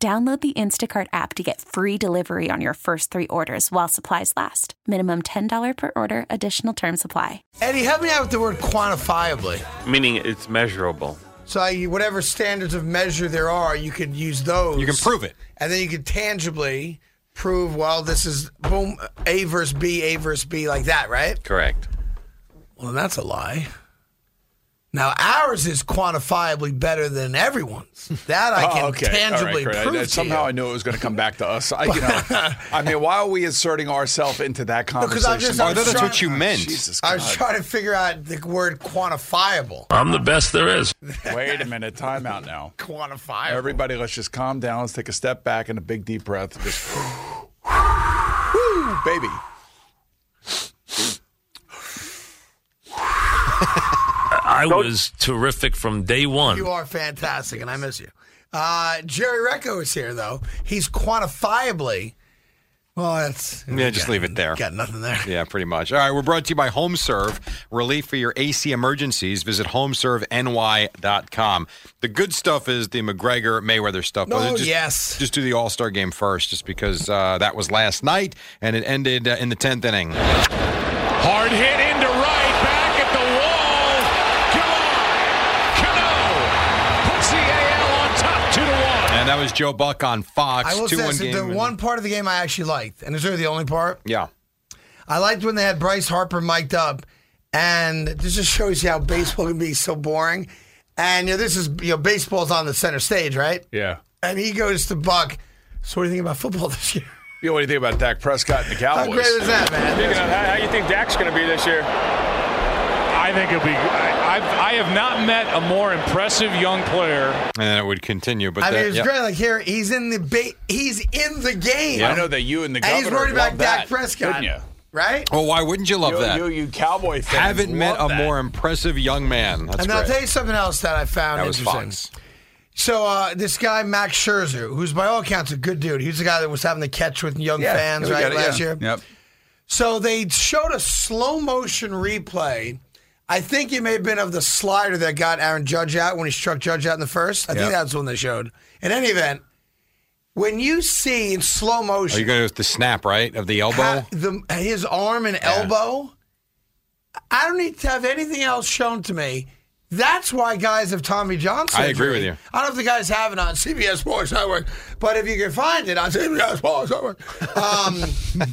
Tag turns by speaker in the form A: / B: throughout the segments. A: Download the Instacart app to get free delivery on your first three orders while supplies last. Minimum $10 per order, additional term supply.
B: Eddie, help me out with the word quantifiably.
C: Meaning it's measurable.
B: So I, whatever standards of measure there are, you could use those.
D: You can prove it.
B: And then you could tangibly prove, well, this is boom, A versus B, A versus B, like that, right?
C: Correct.
B: Well, that's a lie. Now ours is quantifiably better than everyone's. That I can
E: Oh, okay.
B: tangibly
E: All right, great. I-
B: prove.
E: I-
B: to
E: somehow
B: you.
E: I knew it was going to come back to us. I, you know, I mean, why are we inserting ourselves into that
B: because
E: conversation? Oh,
B: I'm just-
D: Although
B: I'm
D: that's
B: trying-
D: what you meant.
E: Jesus
B: I
E: God.
B: was trying to figure out the word quantifiable.
F: I'm the best there is.
E: Wait a minute. Time out now.
B: Quantifiable.
E: Everybody, let's just calm down. Let's take a step back and a big deep breath. Just, Woo, baby.
F: I was terrific from day one.
B: You are fantastic, and I miss you. Uh, Jerry Recco is here, though. He's quantifiably. Well, that's.
D: Yeah, just leave it there.
B: Got nothing there.
D: Yeah, pretty much. All right, we're brought to you by HomeServe. Relief for your AC emergencies. Visit homeserveny.com. The good stuff is the McGregor Mayweather stuff. but
B: Oh,
D: just,
B: yes.
D: Just do the All Star game first, just because uh, that was last night and it ended uh, in the 10th inning.
G: Hard hit into right, back at the wall. Goodbye. Cano puts the AL on top, two to one.
D: And that was Joe Buck on Fox.
B: I will
D: 2
B: say
D: 1
B: this,
D: game.
B: the
D: and-
B: one part of the game I actually liked, and it's really the only part.
D: yeah.
B: I liked when they had Bryce Harper mic'd up, and this just shows you how baseball can be so boring. And you know, this is you know, baseball's on the center stage, right?
E: Yeah.
B: And he goes to Buck. So what do you think about football this year?
E: You know, what do you think about Dak Prescott and the
B: How
E: Cowboys?
B: great is that, man?
G: how, do you think Dak's going to be this year? I think it'll be. I, I've, I have not met a more impressive young player.
D: And then it would continue. But
B: I mean,
D: that-
B: it's
D: yeah.
B: great. Like here, he's in the ba- he's in the game.
E: I know that you and the
B: And
E: governor
B: he's worried about
E: love
B: Dak
E: that,
B: Prescott.
E: didn't you?
B: right?
D: Well, why wouldn't you love
E: You,
D: that?
E: you, you Cowboy fans
D: Haven't met a
E: love that.
D: more impressive young man. That's
B: and
D: great.
B: I'll tell you something else that I found
D: that was
B: interesting.
D: Fox.
B: So uh, this guy Max Scherzer, who's by all accounts a good dude, he's the guy that was having the catch with young
E: Yeah,
B: fans
E: we
B: right
E: got it,
B: last
E: yeah.
B: year.
E: Yep.
B: So they showed a slow motion replay. I think it may have been of the slider that got Aaron Judge out when he struck Judge out in the first. I think
E: Yep.
B: that's when they showed. In any event, when you see in slow
D: Are
B: motion
D: Oh, you going with the snap, right? Of the elbow?
B: ha- the, his arm and elbow. I don't need to have anything else shown to me. That's why guys have Tommy John surgery.
D: I agree with you.
B: I don't know if the guys have it on CBS Sports Network, but if you can find it on CBS Sports Network, um,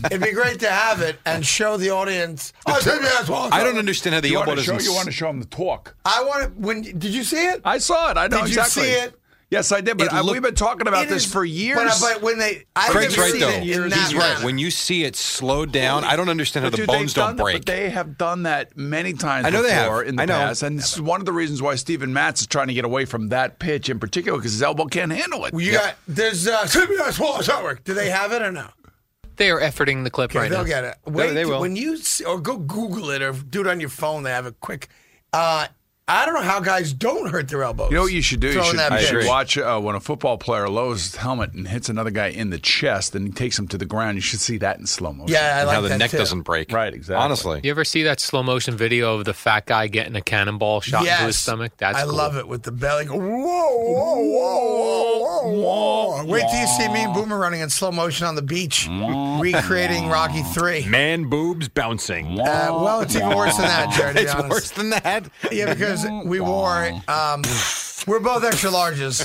B: it'd be great to have it and show the audience. Oh, CBS Sports
D: I don't
B: Network.
D: understand how the
E: You
D: elbow
E: want, to show,
D: doesn't.
E: you want to show him the talk.
B: I want to. When did you see it?
E: I saw it. I know
B: Did you
E: exactly.
B: see it?
E: Yes, I did. But
D: It
E: I-
D: looked-
E: we've been talking about
B: It
E: this
B: is-
E: for
B: but-
E: years.
B: But, when they, I
D: Craig's
B: never
D: right
B: seen
D: though.
B: it in that
D: He's right.
B: manner.
D: When you see it slowed down, I don't understand how
E: But
D: the
E: dude,
D: bones
E: they've done
D: don't
E: that,
D: break.
E: but they have done that many times
D: I know they have.
E: before in the
D: I know.
E: past. And this is one of the reasons why Stephen Matz is trying to get away from that pitch in particular because his elbow can't handle it.
B: Well, you got there's uh, CBS Sports Network. Do they have it or no?
H: They are efforting the clip
B: Okay,
H: right
B: they'll
H: now.
B: get it. Wait,
D: they
B: till-
D: will.
B: when you see, or go Google it or do it on your phone. They have a quick. Uh, I don't know how guys don't hurt their elbows.
E: You know what you should do? You
B: Throwing
E: should,
B: that
E: you
B: pitch.
E: should
D: agree.
E: watch uh, when a football player lowers his helmet and hits another guy in the chest and he takes him to the ground. You should see that in slow motion.
B: Yeah, I
D: and
B: like
D: how the
B: that
D: neck
B: too.
D: doesn't break.
E: Right, exactly.
D: Honestly.
H: You ever see that slow motion video of the fat guy getting a cannonball shot
B: yes.
H: into his stomach? That's
B: I
H: cool.
B: love it with the belly. Go, whoa, whoa, whoa, whoa, whoa, Wait till you see me and Boomer running in slow motion on the beach, recreating Rocky Three.
D: Man boobs bouncing.
B: Uh, well, it's even worse than that, Jared. To be
D: It's
B: honest.
D: worse than that.
B: Yeah, because we wore um, we're both extra larges.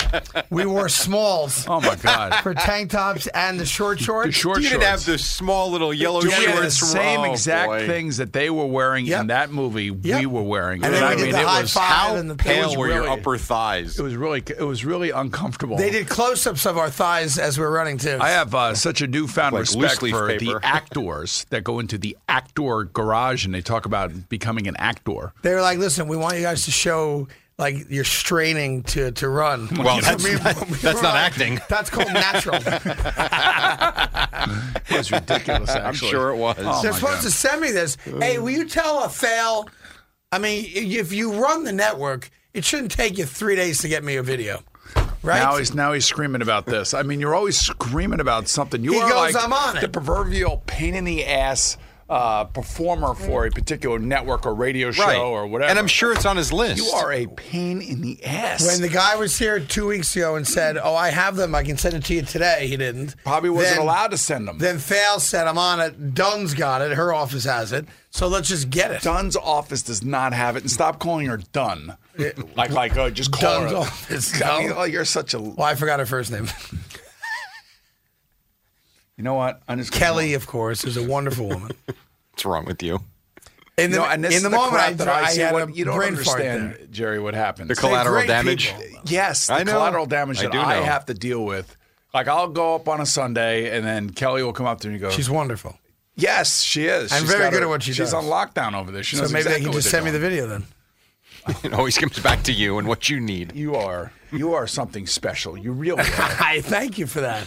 B: We wore smalls
E: Oh, my God.
B: for tank tops and the short shorts.
E: The short
D: you
E: shorts.
D: didn't have the small little yellow
E: Dude, we had the
D: shorts.
E: same
D: Oh,
E: exact
D: boy.
E: things that they were wearing
B: Yep.
E: in that movie
B: Yep.
E: we were wearing.
B: And then we
E: I
B: did
E: mean,
B: the
E: it
B: high
E: was
B: five
D: How
B: and the
D: pale
B: it
D: were
B: was
D: your
B: really-
D: upper thighs?
E: It was really it was really uncomfortable.
B: They did close-ups of our thighs as we were running too.
E: I have uh, such a newfound
D: Like
E: respect
D: loose leaf
E: for the
D: paper.
E: actors that go into the actor garage and they talk about becoming an actor.
B: they were like, "Listen, we want you guys to show like you're straining to, to run.
D: Well,
B: For
D: that's
B: me,
D: not-
B: when we
D: that's
B: were
D: not
B: on,
D: acting.
B: That's called natural.
E: That's ridiculous. Actually.
D: sure it was.
E: Oh,
B: They're
E: my
B: supposed
E: God.
B: to send me this. Hey, will you tell a fail? I mean, if you run the network, it shouldn't take you three days to get me a video, right?
E: Now he's now he's screaming about this. I mean, you're always screaming about something. You
B: He
E: are
B: goes,
E: like
B: "I'm on it."
E: the proverbial pain in the ass uh, performer for a particular network or radio show
D: Right.
E: or whatever.
D: And I'm sure it's on his list.
E: you are a pain in the ass.
B: when the guy was here two weeks ago and said, "Oh, I have them. I can send it to you today," he didn't.
E: Probably wasn't
B: Then-
E: allowed to send them.
B: Then Fail said, "I'm on it. Dunn's got it. Her office has it. So let's just get it."
E: Dunn's office does not have it, and stop calling her Dunn. like like uh, just call
B: Dunn's
E: her.
B: office,
E: I mean,
B: no.
E: oh, you're such a.
B: Well, I forgot her first name.
E: You know what? I'm just gonna-
B: Kelly, of course, is a wonderful woman.
D: What's wrong with you?
B: In the,
E: No, and this
B: in
E: is
B: the, moment,
E: crap
B: I,
E: that
B: I,
E: see
B: had
E: what-
B: a
E: you don't
B: brain
E: understand,
B: fart there.
E: Jerry. What happens?
D: The collateral
B: great
D: damage.
B: people.
E: Yes, the
D: I know.
E: collateral damage
D: I
E: that
D: do
E: I
D: know.
E: have to deal with. Like I'll go up on a Sunday, and then Kelly will come up to me and go,
B: She's wonderful.
E: "Yes, she is.
B: I'm
E: She's
B: very
E: got
B: good
E: her-
B: at what she
E: she's
B: does.
E: on lockdown over there. She
B: So
E: knows
B: maybe
E: exactly
B: they can
E: what
B: just
E: they're
B: send me the
E: doing.
B: video then.
D: It always comes back to you and what you need.
E: You are you are something special. You really are.
B: I thank you for that.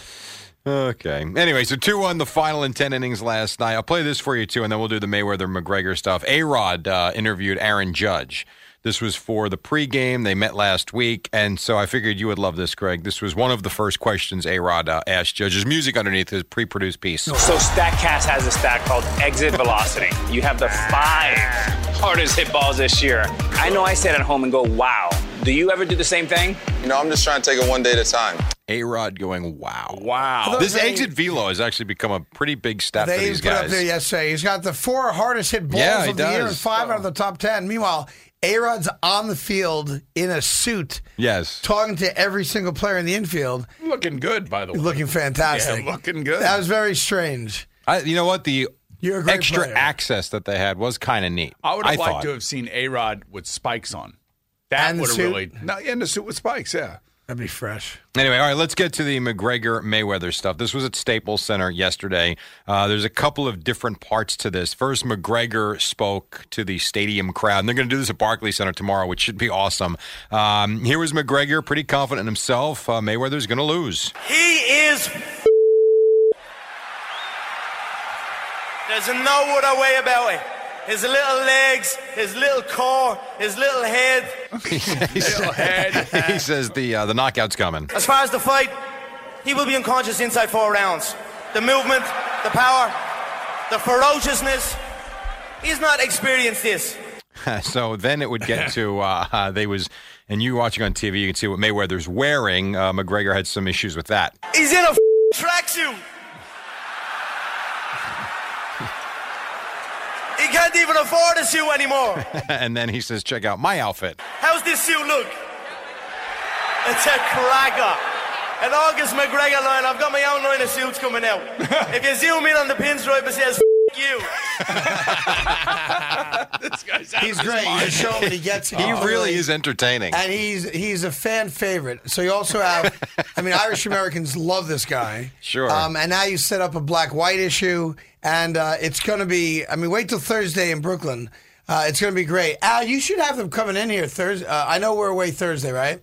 D: Okay. Anyway, so 2 1, the final in 10 innings last night. I'll play this for you, too, and then we'll do the Mayweather McGregor stuff. A Rod uh, interviewed Aaron Judge. This was for the pregame. They met last week, and so I figured you would love this, Greg. This was one of the first questions A Rod uh, asked Judge. There's music underneath his pre produced piece.
I: So StatCast has a stat called exit velocity. You have the five hardest hit balls this year. I know I sit at home and go, wow. Do you ever do the same thing?
J: You know, I'm just trying to take it one day at a time.
D: A Rod going, wow.
E: Wow.
D: This
B: They-
D: exit velo has actually become a pretty big stat for
B: They
D: these
B: put
D: guys.
B: up there yesterday. He's got the four hardest hit balls
D: Yeah, he
B: of the year
D: does.
B: and five out of the top ten. Meanwhile, A Rod's on the field in a suit,
D: yes.
B: talking to every single player in the infield,
E: looking good by the way.
B: looking fantastic.
E: Yeah, looking good.
B: That was very strange.
D: I, you know what? The
B: You're a great
D: extra
B: player.
D: access that they had was kind of neat.
E: I would have liked
D: thought.
E: to have seen A Rod with spikes on. That
B: And the
E: would have
B: suit?
E: really no, and a suit with spikes. Yeah.
B: That'd be fresh.
D: Anyway, all right, let's get to the McGregor Mayweather stuff. This was at Staples Center yesterday. Uh, there's a couple of different parts to this. First, McGregor spoke to the stadium crowd, and they're going to do this at Barclays Center tomorrow, which should be awesome. Um, here was McGregor, pretty confident in himself. Uh, Mayweather's going to lose.
J: He is. There's no other way about it. His little legs, his little core, his little head.
D: he says the uh, the knockout's coming.
J: As far as the fight, he will be unconscious inside four rounds. The movement, the power, the ferociousness. He's not experienced this.
D: so then it would get to uh, uh, they was, and you watching on TV, you can see what Mayweather's wearing. Uh, McGregor had some issues with that.
J: He's in a f- tracksuit. He can't even afford a suit anymore.
D: and then he says, "Check out my outfit."
J: How's this suit look? It's a cracker. An August McGregor line. I've got my own line of suits coming out. if you zoom in on the pinstripe, it says F- you.
B: He's great. He's showing what he gets.
D: He really is entertaining.
B: And he's he's a fan favorite. So you also have, I mean, Irish Americans love this guy.
D: Sure.
B: Um, and now you set up a black white issue, and uh, it's going to be. I mean, wait till Thursday in Brooklyn. Uh, it's going to be great. Al, you should have them coming in here Thursday. Uh, I know we're away Thursday, right?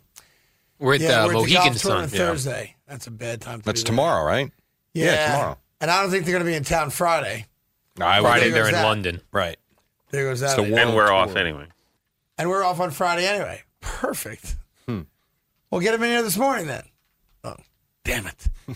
H: We're at the
B: we're at the
H: Mohegan
B: golf
H: Sun.
B: tournament Thursday. That's a bad time. To
D: That's
B: be there.
D: tomorrow, right?
B: Yeah.
D: tomorrow.
B: And I don't think they're going to be in town Friday.
D: No, I
H: Friday,
B: There
H: they're
B: goes
H: in
B: that.
H: London.
D: Right.
B: There goes that.
D: the
B: idea.
D: world
C: and we're off
D: tour.
C: anyway.
B: and we're off on Friday anyway. Perfect.
D: Hmm.
B: We'll get him in here this morning then. Oh, damn it.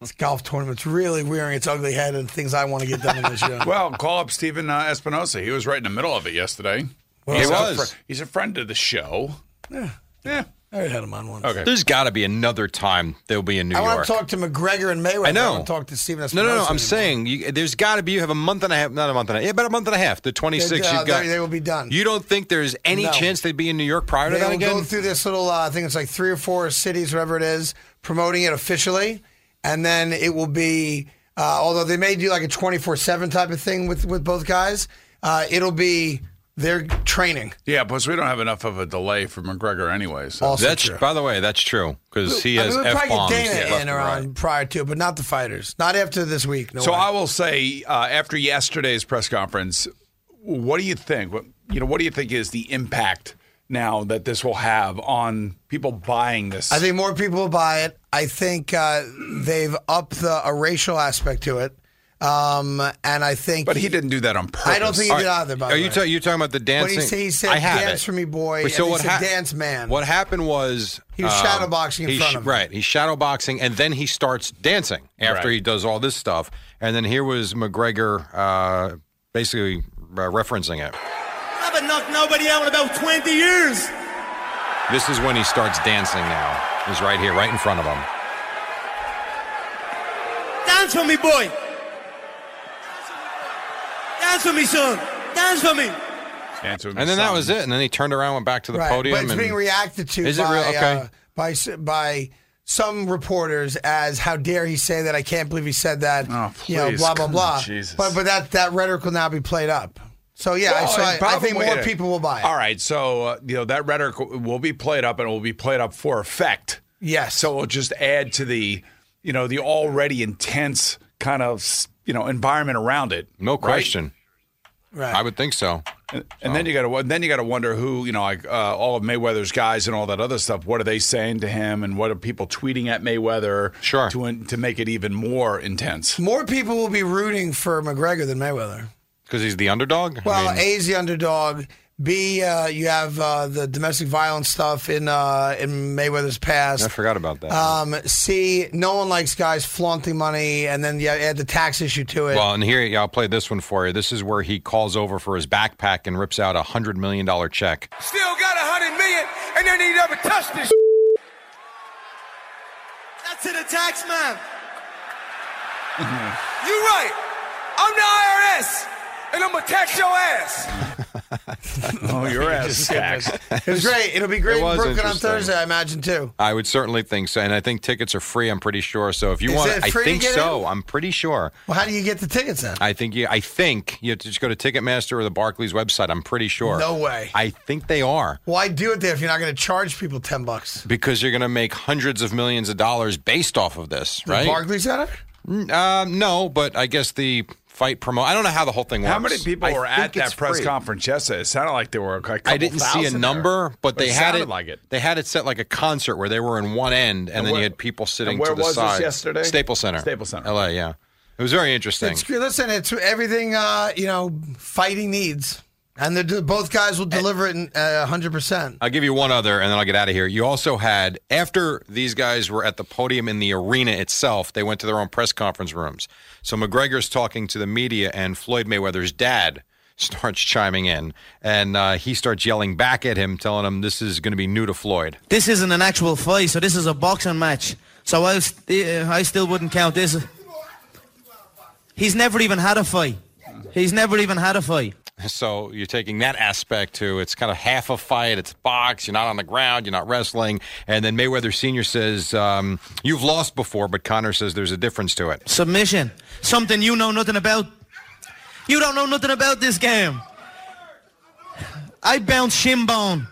B: this golf tournament's really wearing its ugly head and things I want to get done in this show.
E: Well, call up Stephen uh, Espinosa. He was right in the middle of it yesterday.
B: Well,
E: he's
D: He
E: a
D: was.
E: fr- he's a friend of the show.
B: Yeah.
E: Yeah.
B: I already had him on once.
E: Okay.
D: There's got to be another time there'll be in New
B: I
D: York.
B: want to talk to McGregor and Mayweather.
D: I know.
B: want to talk to Stephen
D: no,
B: Espinosa.
D: no, no. I'm
B: anymore.
D: saying you, there's got to be. You have a month and a half, not a month and a half, yeah, about a month and a half. The 26th,
B: They- uh,
D: you've got.
B: they- they will be done.
D: You don't think there's any
B: No.
D: chance they'd be in New York prior to
B: They
D: that
B: will go
D: again?
B: through this little, uh, I think it's like three or four cities, whatever it is, promoting it officially. And then it will be, uh, although they may do like a 24 7 type of thing with, with both guys, uh, it'll be their training.
E: Yeah, plus we don't have enough of a delay for McGregor anyway. So
B: Also
D: That's
B: true.
D: by the way, that's true because he
B: I
D: has
B: mean, we'll
D: f
B: probably get
D: bombs.
B: Dana in or on prior to, but not the fighters. Not after this week. No
E: So
B: way.
E: I will say uh, after yesterday's press conference, what do you think? What, you know, what do you think is the impact now that this will have on people buying this?
B: I think more people will buy it. I think uh, they've upped the a racial aspect to it, um, and I think.
E: But he didn't do that on purpose.
B: I don't think he
D: All
B: did
D: right.
B: either. By
D: Are
B: the
D: you
B: way.
D: ta- you talking about the
B: But
D: dancing?
B: he said, he said
D: I have
B: dance
D: it.
B: for me, boy.
D: But
B: and he said,
D: hap-
B: dance man.
D: What happened was um,
B: He was shadow boxing in
D: he
B: front
D: sh-
B: of him.
D: Right, he's shadow boxing, and then he starts dancing after
E: Right.
D: he does all this stuff. And then here was McGregor uh, basically uh, referencing it.
J: I haven't knocked nobody out in about 20 years.
D: This is when he starts dancing. Now he's right here, right in front of him.
J: Dance for me, boy. Dance for me, son. Dance for me.
E: Answer me
D: And then that was
E: something.
D: it. And then he turned around, went back to the
B: right.
D: podium.
B: But it's
D: and
B: being reacted to
D: Is it
B: by,
D: real? Okay.
B: uh, by s- by some reporters as how dare he say that? I can't believe he said that.
E: Oh,
B: You know,
E: please.
B: blah blah
E: Come
B: blah.
E: on, Jesus.
B: But but that that rhetoric will now be played up. So yeah,
E: Well,
B: so
E: and
B: I, I
E: probably-
B: think more people will buy it.
E: All right, so uh, you know that rhetoric will be played up, and it will be played up for effect.
B: Yes.
E: So it'll just add to the, you know, the already intense kind of you know environment around it.
D: no
E: right?
D: question.
B: right.
D: I would think so.
E: And
D: Oh.
E: then you got to then you got to wonder who you know like uh, all of Mayweather's guys and all that other stuff. What are they saying to him, and what are people tweeting at Mayweather?
D: Sure.
E: To to make it even more intense.
B: more people will be rooting for McGregor than Mayweather.
D: Because he's the underdog? I
B: Well,
D: mean-
B: A's the underdog. B, uh, you have uh, the domestic violence stuff in uh, in Mayweather's past.
D: I forgot about that.
B: Um, C, no one likes guys flaunting money, and then you add the tax issue to it.
D: well, and here, yeah, I'll play this one for you. This is where he calls over for his backpack and rips out a $100 million check.
J: Still got a hundred million, and then he never touched this. That's to the tax man. you right. I'm the IRS, and I'm gonna tax your ass.
E: Oh, your ass.
B: it was great. It'll be great
D: It
B: in
D: was
B: Brooklyn on
D: interesting.
B: Thursday, I imagine too.
D: I would certainly think so. And I think tickets are free, I'm pretty sure. So if you
B: Is
D: want,
B: it
D: I
B: free to
D: think
B: get
D: so.
B: in?
D: I'm pretty sure.
B: Well, how do you get the tickets then?
D: I think you, I think you have to just go to Ticketmaster or the Barclays website. I'm pretty sure.
B: No way.
D: I think they are
B: Why do it there if you're not going to charge people ten bucks?
D: because you're going to make hundreds of millions of dollars based off of this, right?
B: The Barclays Center.
D: Uh, no, but I guess the fight promo. I don't know how the whole thing works.
E: How many people
D: I
E: were
D: think
E: at that
D: it's
E: press
D: free.
E: conference yesterday? It sounded like there were a couple
D: I didn't see a
E: thousand
D: number,
E: there.
D: but they had
E: sounded
D: it
E: like it.
D: They had it set like a concert where they were in one end, and, then
E: where-
D: you had people
E: and
D: sitting
E: where
D: to the
E: was this
D: side.
E: yesterday?
D: Staples Center,
E: Staples Center.
D: L.A. Yeah, it was very interesting.
B: It's listen. It's everything. Uh, you know, fighting needs, and the, both guys will deliver it it hundred percent.
D: I'll give you one other, and then I'll get out of here. You also had after these guys were at the podium in the arena itself, they went to their own press conference rooms. So McGregor's talking to the media, and Floyd Mayweather's dad starts chiming in, and uh, he starts yelling back at him, telling him this is going to be new to Floyd.
K: This isn't an actual fight, so this is a boxing match. So I, st- uh, I still wouldn't count this. He's never even had a fight. He's never even had a fight.
D: So you're taking that aspect to it's kind of half a fight, it's box, you're not on the ground, you're not wrestling. And then Mayweather Sr. says, um, You've lost before, but Connor says there's a difference to it.
K: Submission. Something you know nothing about. You don't know nothing about this game. I bounce shin bone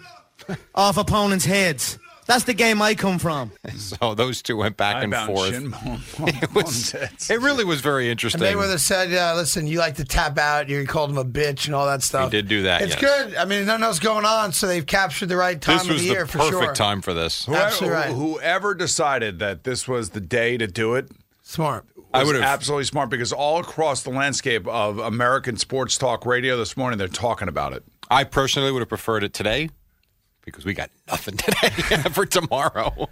K: off opponents' heads. That's the game I come from.
D: So those two went back
E: I
D: and
E: bound
D: forth.
E: shin bone
D: It, was, it really was very interesting.
B: And Mayweather said, uh, "Listen, you like to tap out. You called him a bitch and all that stuff."
D: did do that,
B: It's
D: yes.
B: good. I mean, nothing else going on, so they've captured the right time
D: this
B: of
D: was
B: the
D: the,
B: year for
D: perfect
B: sure.
D: time for this.
E: Whoever,
B: Absolutely right.
E: whoever decided that this was the day to do it
B: Smart.
D: I
E: was
D: would've-
E: absolutely smart because all across the landscape of American sports talk radio this morning, they're talking about it.
D: I personally would have preferred it today because we got nothing today for tomorrow.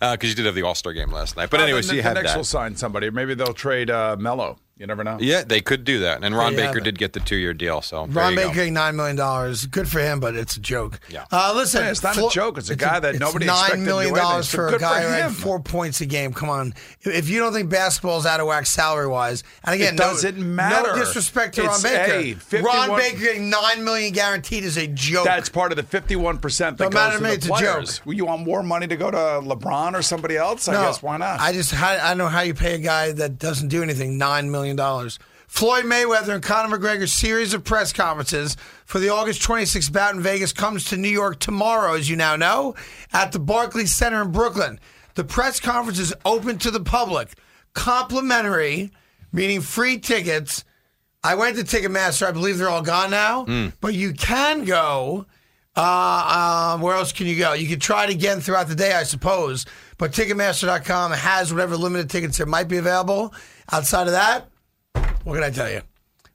D: Because you did have the All Star game last night. But
B: Oh,
E: Uh,
D: anyway,
E: the,
D: so you
E: the
D: had
E: next
D: that.
E: will sign somebody. Maybe they'll trade uh, Mello. You never know.
D: Yeah, they could do that. And Ron
B: There you have
D: Baker
B: it.
D: did get the two year deal. So there
B: Ron
D: you go.
B: Baker getting nine million dollars. Good for him, but it's a joke.
D: Yeah.
B: Uh, listen,
E: Yeah, it's not a joke. It's a guy that
B: it's
E: nobody expected
B: nine
E: to
B: million
E: do anything,
B: dollars
E: so
B: for a
E: good for
B: guy who
E: him.
B: had four points a game. Come on, if you don't think basketball's out of whack salary wise, and again,
E: It
B: no-
E: doesn't matter.
B: No disrespect to
E: It's
B: Ron Baker.
E: a 51
B: Ron Baker getting nine million guaranteed is a joke.
E: That's part of the fifty-one percent that
B: Don't matter to
E: goes to
B: me,
E: the
B: it's a
E: players.
B: joke.
E: Well, you want more money to go to LeBron or somebody else? I guess why not?
B: I just how, I don't know how you pay a guy that doesn't do anything nine million dollars. Floyd Mayweather and Conor McGregor's series of press conferences for the August 26th bout in Vegas comes to New York tomorrow, as you now know, at the Barclays Center in Brooklyn. The press conference is open to the public, complimentary, meaning free
E: Hmm.
B: tickets. I went to Ticketmaster. I believe they're all gone now, but you can go Uh, um, where else can you go? You can try it again throughout the day, I suppose. But Ticketmaster.com has whatever limited tickets there might be available. Outside of that, what can I tell you?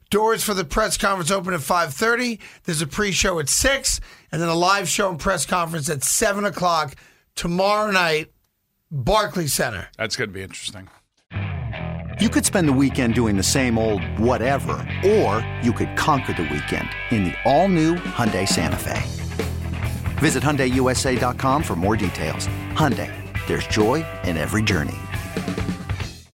B: Doors for the press conference open at 5.30. There's a pre-show at 6, and then a live show and press conference at 7 o'clock tomorrow night, Barclay Center.
E: That's going to be interesting.
J: You could spend the weekend doing the same old whatever, or you could conquer the weekend in the all-new Hyundai Santa Fe. Visit HyundaiUSA.com for more details. Hyundai, there's joy in every journey.